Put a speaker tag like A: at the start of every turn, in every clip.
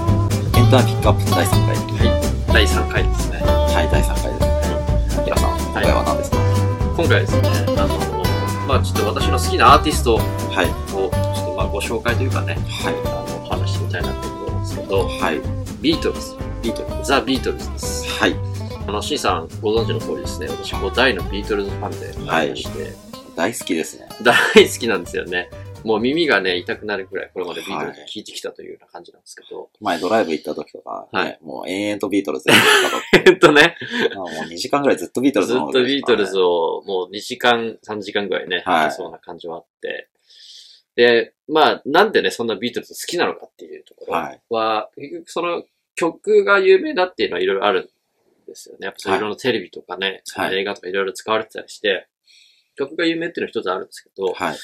A: ンターンピックアップ第3回。
B: はい、第3回ですね。
A: はい、第3回ですね。アキラさん、今回は何ですか
B: 今回はですね、あの、まあちょっと私の好きなアーティストを、ち
A: はい。
B: ょっとまあご紹介というかね、
A: は
B: あの、話してみたいなと思うんですけど、
A: い。はい。
B: ビートルズ、
A: ビートルズ。
B: ザ・ビートルズです。
A: はい。
B: あの、シンさんご存知の通りですね、私もう大のビートルズファンでありまして、
A: 大好きですね。
B: 大好きなんですよね。もう耳がね、痛くなるくらいこれまでビートルズ聴いてきたというような感じなんですけど、
A: 前ドライブ行った時とか、ね
B: はい
A: もう延々とビートルズやって
B: えっとね、
A: たと。もう2時間ぐらいずっとビートルズ
B: ずっ
A: の
B: とビートルズ
A: を。
B: をもう2時間、3時間ぐらいね、
A: はい
B: やってそうな感じはあって。で、まあ、なんでね、そんなビートルズ好きなのかっていうところは、
A: はい
B: 結局その曲が有名だっていうのはいろいろあるんですよね。やっぱそう
A: はい
B: いろんなテレビとかね、
A: はい
B: 映画とかいろいろ使われてたりして、曲が有名っていうのは一つあるんですけど、
A: はい。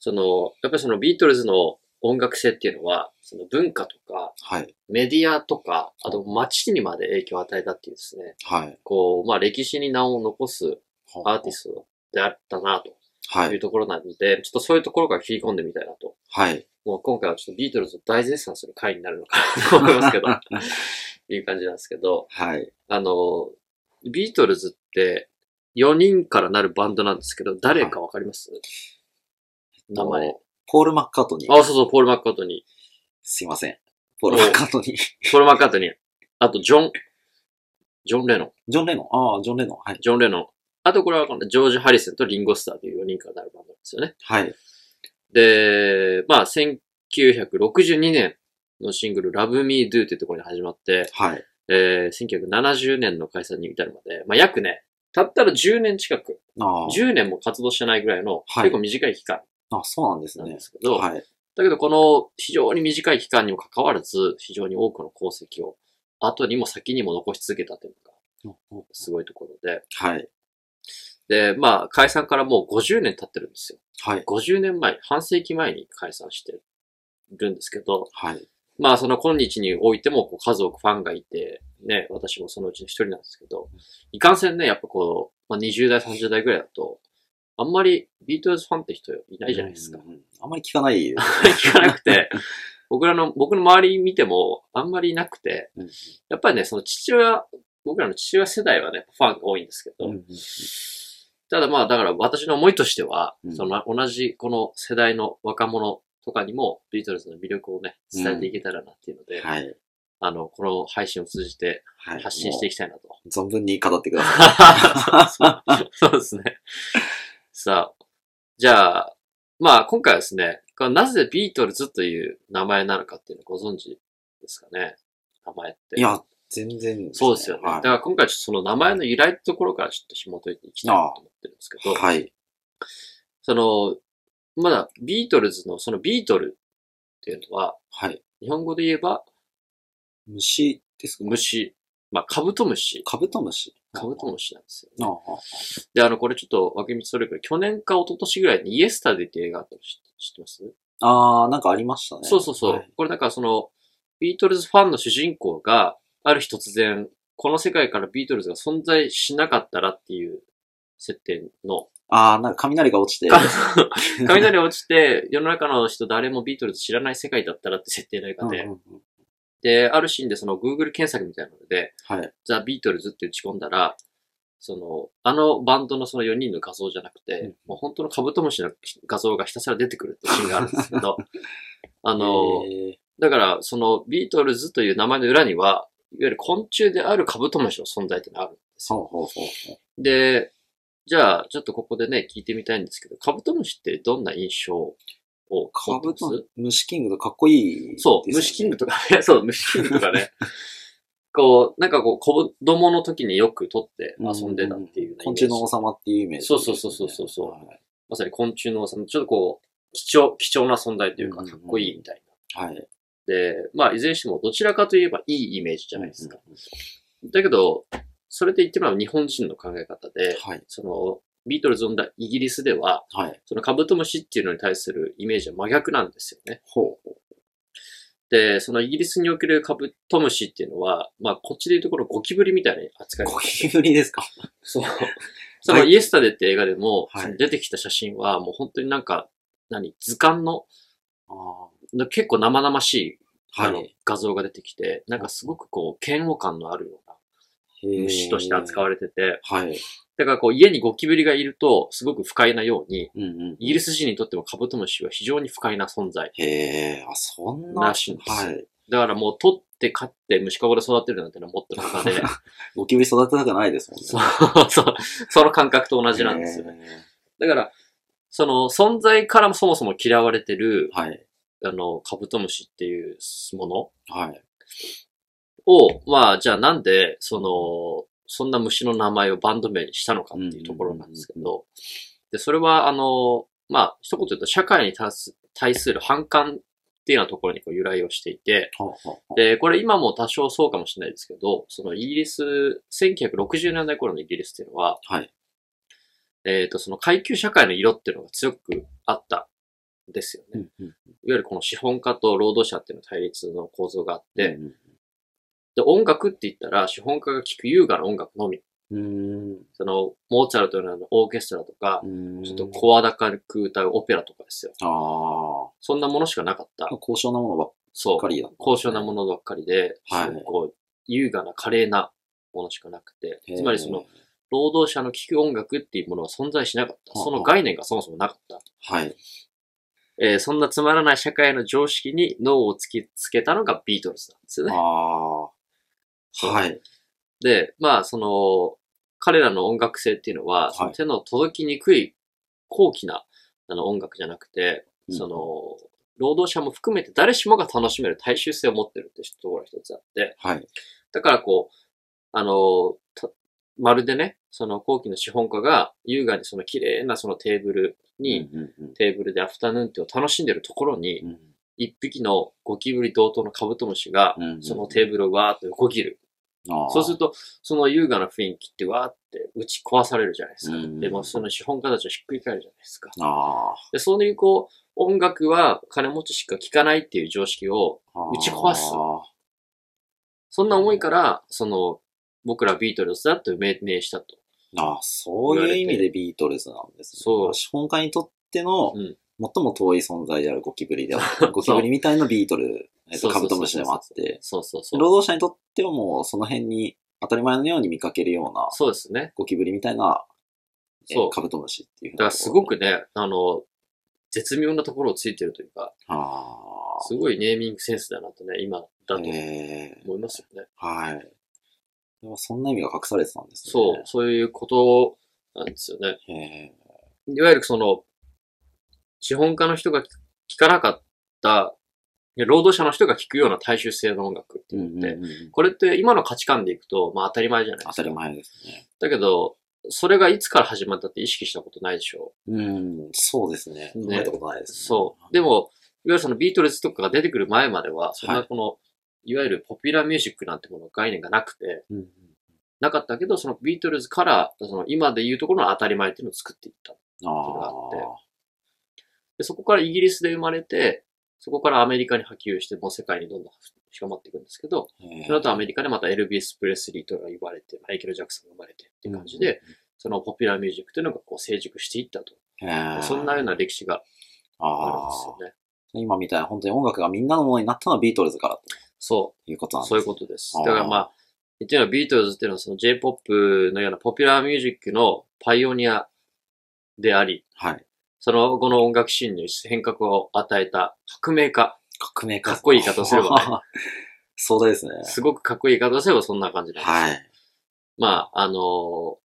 B: その、やっぱりそのビートルズの音楽性っていうのは、その文化とか、
A: はい。
B: メディアとか、あと街にまで影響を与えたっていうですね、
A: はい。
B: こう、まあ歴史に名を残すアーティストであったな
A: は
B: という
A: い。
B: ところなので、ちょっとそういうところから切り込んでみたいなと。
A: はい。
B: もう今回はちょっとビートルズを大絶賛する回になるのかなと思います けど、いう感じなんですけど、
A: はい。
B: あの、ビートルズって4人からなるバンドなんですけど、誰かわかります名前。
A: ポール・マッカートニ
B: あ、
A: ー。
B: そうそう、ポール・マッカートニ
A: すいません。ポール・マッカートニー。
B: ー。ポール・マッカートニー。あと、ジョン。ジョン・レノン。
A: ジョン・レノン。ああ、ジョン・レノン。はい。
B: ジョン・レノン。あと、これはわかんないジョージ・ハリセンとリンゴ・スターという4人からなるバンドなんですよね。
A: はい。
B: で、まあ、1962年のシングル、Love Me Do というところに始まって、
A: はい。
B: えー、1970年の解散に至るまで、まあ、約ね、たったら10年近く、
A: ああ。
B: 10年も活動してないぐらいの、
A: はい
B: 結構短い期間
A: あ、そうなんです
B: なん
A: ね
B: で。すけど、
A: はい。
B: だけどこの非常に短い期間にもかかわらず、非常に多くの功績を、後にも先にも残し続けたというのが、すごいところ
A: はい。
B: で、で、まあ、解散からもう50年経ってるんですよ。
A: はい。
B: 50年前、半世紀前に解散してるんですけど、
A: はい。
B: まあその今日においてもこう数多くファンがいて、ね、私もそのうちの一人なんですけど、いかんせんね、やっぱこう、まあ、20代、30代ぐらいだと、あんまりビートルズファンって人いないじゃないですか
A: う。ん。あんまり聞かない です。
B: 聞かなくて、僕らの、僕の周り見てもあんまりいなくて
A: うん、
B: やっぱりね、その父親、僕らの父親世代はね、ファンが多いんですけど、ただまあ、だから私の思いとしては、
A: うん
B: その同じこの世代の若者とかにもビートルズの魅力をね、伝えていけたらなっていうので、
A: はい。
B: あの、この配信を通じて
A: はい。
B: 発信していきたいなと。
A: もう存分に語ってください。
B: そうですね。さあ、じゃあ、まあ今回はですね、これなぜビートルズという名前なのかっていうのご存知ですかね名前って。
A: い、や、全然、
B: そうですよね。だか
A: は
B: ら今回はちょっとその名前の由来ってところからちょっと紐解いていきたいなと思ってるんですけ
A: い。
B: ど、
A: はい。
B: その、まだビートルズのそのビートルっていうのは、
A: はい。
B: 日本語で言えば
A: 虫ですか
B: 虫、まあカブトムシ、
A: カブトムシ
B: カブトムシなんですよね。
A: ああ。
B: で、あの、これちょっと脇道それるけど、去年か一昨年ぐらいにイエスタデイって映画あったの知知ってます、
A: ああ、なんかありましたね。
B: そうそうそう。
A: はい
B: これだからその、ビートルズファンの主人公が、ある日突然、この世界からビートルズが存在しなかったらっていう設定 の、
A: ああ、なんか雷が落ちて。
B: あ雷落ちて、世の中の人誰もビートルズ知らない世界だったらって設定の映
A: う
B: 画
A: んう
B: で、
A: んうん
B: で、あるシーンでその Google 検索みたいなので、
A: はい。
B: ザ・ビートルズって打ち込んだら、その、あのバンドのその4人の画像じゃなくて、
A: うん
B: もう本当のカブトムシの画像がひたすら出てくるっていうシーンがあるんです けど、あ
A: あ
B: の、だから、そのビートルズという名前の裏には、いわゆる昆虫であるカブトムシの存在ってのがあるんです
A: そ
B: よ。
A: うほうほうほう。
B: で、じゃあ、ちょっとここでね、聞いてみたいんですけど、カブトムシってどんな印象を持ってます
A: カブトムシ、虫キングとかっこいいですよ
B: そ
A: ね。
B: う、虫キングとかね、そう、虫キングとかね。 こう、なんかこう、子供の時によく撮って遊んでたっていう、ね
A: 昆虫
B: イメ
A: の
B: ー
A: 王
B: ジ
A: 様っていうイメージですね。
B: そうそうそうそうそう
A: はい
B: まさに昆虫の王様、ちょっとこう、貴重、貴重な存在という
A: う
B: か、
A: んうん
B: か
A: うん
B: っこいいみたい
A: はい。
B: な。で、まあ、いずれにしても、どちらかといえばいいイメージじゃないですか。だけど、それで言ってみれば日本人の考え方で、
A: はい。
B: その、ビートルズを生んだイギリスでは、
A: はい。
B: そのカブトムシっていうのに対するイメージは真逆なんですよね。
A: ほう。
B: で、そのイギリスにおけるカブトムシっていうのは、まあ、こっちでいうところゴキブリみたいな扱いなん
A: ゴ
B: です
A: キ
B: よ。
A: ブリですか
B: そう。 そのイエスタデーって映画でも、
A: はい
B: その出てきた写真はもう本当になんか、何、図鑑の、
A: ああ。
B: 結構生々しいあの
A: はい、
B: 画像が出てきて、なんかすごくこう、嫌悪感のあるような虫として扱
A: れ
B: われてて、
A: はい。
B: だからこう、家にゴキブリがいると、すごく不快なように、
A: うんうん。
B: イギリス人にとってもカブトムシは非常に不快な存在。
A: へえ、あ、そんな。
B: らしいんですよ
A: はい。
B: だからもう取って飼って虫かごで育てるなんてのはもっと中で、
A: ゴキブリ育てたくないですもんね。
B: そう、そう、その感覚と同じなんですよね。
A: ね。
B: だから、その存在からもそもそも嫌われてる、
A: はい。
B: あの、カブトムシっていうも
A: はい。
B: のを、まあ、じゃあなんで、その、そんな虫の名前をバンド名にしたのかっていうところなんですけ
A: うんうん
B: ど、で、それは、あの、まあ、一言言うと、社会に対す対する反感っていうようなところにこう由来をしていて、
A: はあはあは
B: で、これ今も多少そうかもしれないですけど、そのイギリス、1960年代頃のイギリスっていうのは、
A: あはい。
B: えっ、と、その階級社会の色っていうのが強くあったんですよね。
A: うんうん
B: いわゆるこの資本家と労働者っていうの対立の構造があって、
A: うん
B: で、音楽って言ったら資本家が聴く優雅な音楽のみ。
A: うん、う
B: その、モーツァルトのようなオーケストラとか
A: ー、ん。
B: ちょっと声高く歌うオペラとかですよ。
A: あ
B: そんなものしかなかった
A: あ。。高尚なものば
B: そ
A: っか
B: う。
A: りだ。
B: 高尚なものばっかりで、
A: はい
B: すごくこう、優雅な華麗なものしかなくて、つまりその、
A: へ
B: 労働者の聴く音楽っていうものは存在しなかった。
A: はあ
B: その概念がそもそもなかった。
A: ー。はい。
B: えーそんなつまらない社会の常識に脳を突きつけたのがビートルズなんですよね。
A: ああ。
B: そう
A: はい。
B: で、まあ、その、彼らの音楽性っていうのは、
A: い
B: その手の届きにくい高貴なあの音楽じゃなくて、
A: うん
B: その、労働者も含めて誰しもが楽しめる大衆性を持ってるってところが一つあって、
A: はい。
B: だからこう、あの、たまるでね、その後期の資本家が優雅にその綺麗なそのテーブル
A: う
B: に、
A: んうんうん
B: テーブルでアフタヌーンティーを楽しんでるところに、
A: うん
B: 一匹のゴキブリ同等のカブトムシが
A: う、ん
B: そのテーブルをわーっと横切る。そうすると、その優雅な雰囲気ってわーって打ち壊されるじゃないですか。
A: うん
B: でも、その資本家たちをひっくり返るじゃないですか。
A: と。あ
B: で、そういうこう、音楽は金持ちしか聴かないっていう常識を、
A: あ。
B: 打ち壊す
A: あ
B: そんな思いから、その、僕らビートルズだと命名したと。
A: ーあー、そういう意味でビートルズなんですね。
B: そう
A: 資本家にとっての、
B: うん
A: 最も遠い存在であるゴキブリ である。ゴキブリみたいなビートル、えっと、
B: そうそ
A: カ
B: う
A: ブ
B: そうそ
A: ト
B: う
A: ムシでもあって、
B: そうそうそう。
A: 労働者にとってはもうその辺に当たり前のように見かけるような
B: そうですね。
A: ゴキブリみたいな、え
B: そう
A: カブトムシっていうふう
B: だ
A: な
B: からすごくね、あの、絶妙なところをついてるというか、
A: あ
B: すごいネーミングセンスだなとね、今だと
A: あ。
B: 思
A: ええ
B: いますよね。
A: はい。でもそんな意味が隠されてたんですね。
B: そう、そういうことなんですよね。
A: へえ。
B: いわゆるその、資本家の人が聞聞かなかった、いや労働者の人が聞くような大衆性の音楽って
A: う
B: い
A: ん
B: うのっ
A: うん
B: て、
A: うん
B: これって今の価値観でいくと、まあ当たり前じゃないで
A: 当
B: す
A: た
B: か。
A: り前ですね。
B: だけど、それがいつから始まったって意識したことないでしょ
A: うん、そうですね。
B: ね
A: 考えたことないで
B: う。
A: す、
B: そう。で、も、いわゆるそのビートルズとかが出てくる前までは、そんなこの、い、わゆるポピュラーミュージックなんてもの概念がなくて、
A: うんうん、
B: なかったけど、そのビートルズから、その今でいうところの当たり前っていうのを作っていった。
A: あ
B: で、そこからイギリスで生まれて、そこからアメリカに波及して、もう世界にどんどん広まっていくんですけど、
A: ーへー
B: その後アメリカでまたエルビス・プレスリーとか呼ばれて、マイケル・ジャクソンが生まれてっていう感じで、、そのポピュラーミュージックというのがこう成熟していったと。
A: うんへー
B: そんなような歴史があるん
A: あ
B: ですよね。
A: ー今みたいな本当に音楽がみんなのものになったのはビートルズからと
B: そ
A: いうこと
B: う、
A: なんです
B: そういうことです。だからまあ、一応ビートルズっていうのはその J-POP のようなポピュラーミュージックのパイオニアであり、
A: はい。
B: その後の音楽シーンに変革を与えた革命家
A: 革命家
B: かっこいい言い方すればね。
A: そうですね。
B: すごくかっこいい言い方をすればそんな感じなんです。
A: はい。
B: まあ、あのー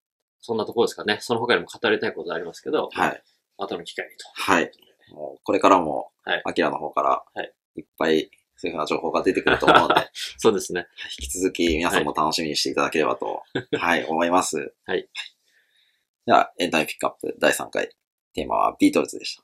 B: そんなところですかね。その他にも語りたいことありますけど、
A: はい。
B: 後の機会にと。
A: はい。もうこれからも
B: はい、
A: アキラの方か
B: は
A: ら
B: い、
A: いっぱいそういうふうな情報が出てくると思う ので、
B: そうですね。
A: 引き続き皆さんも楽しみにしていただければと、はい、思います。
B: はい。
A: じゃあ、エンタメピックアップ第3回、テーマはビートルズでした。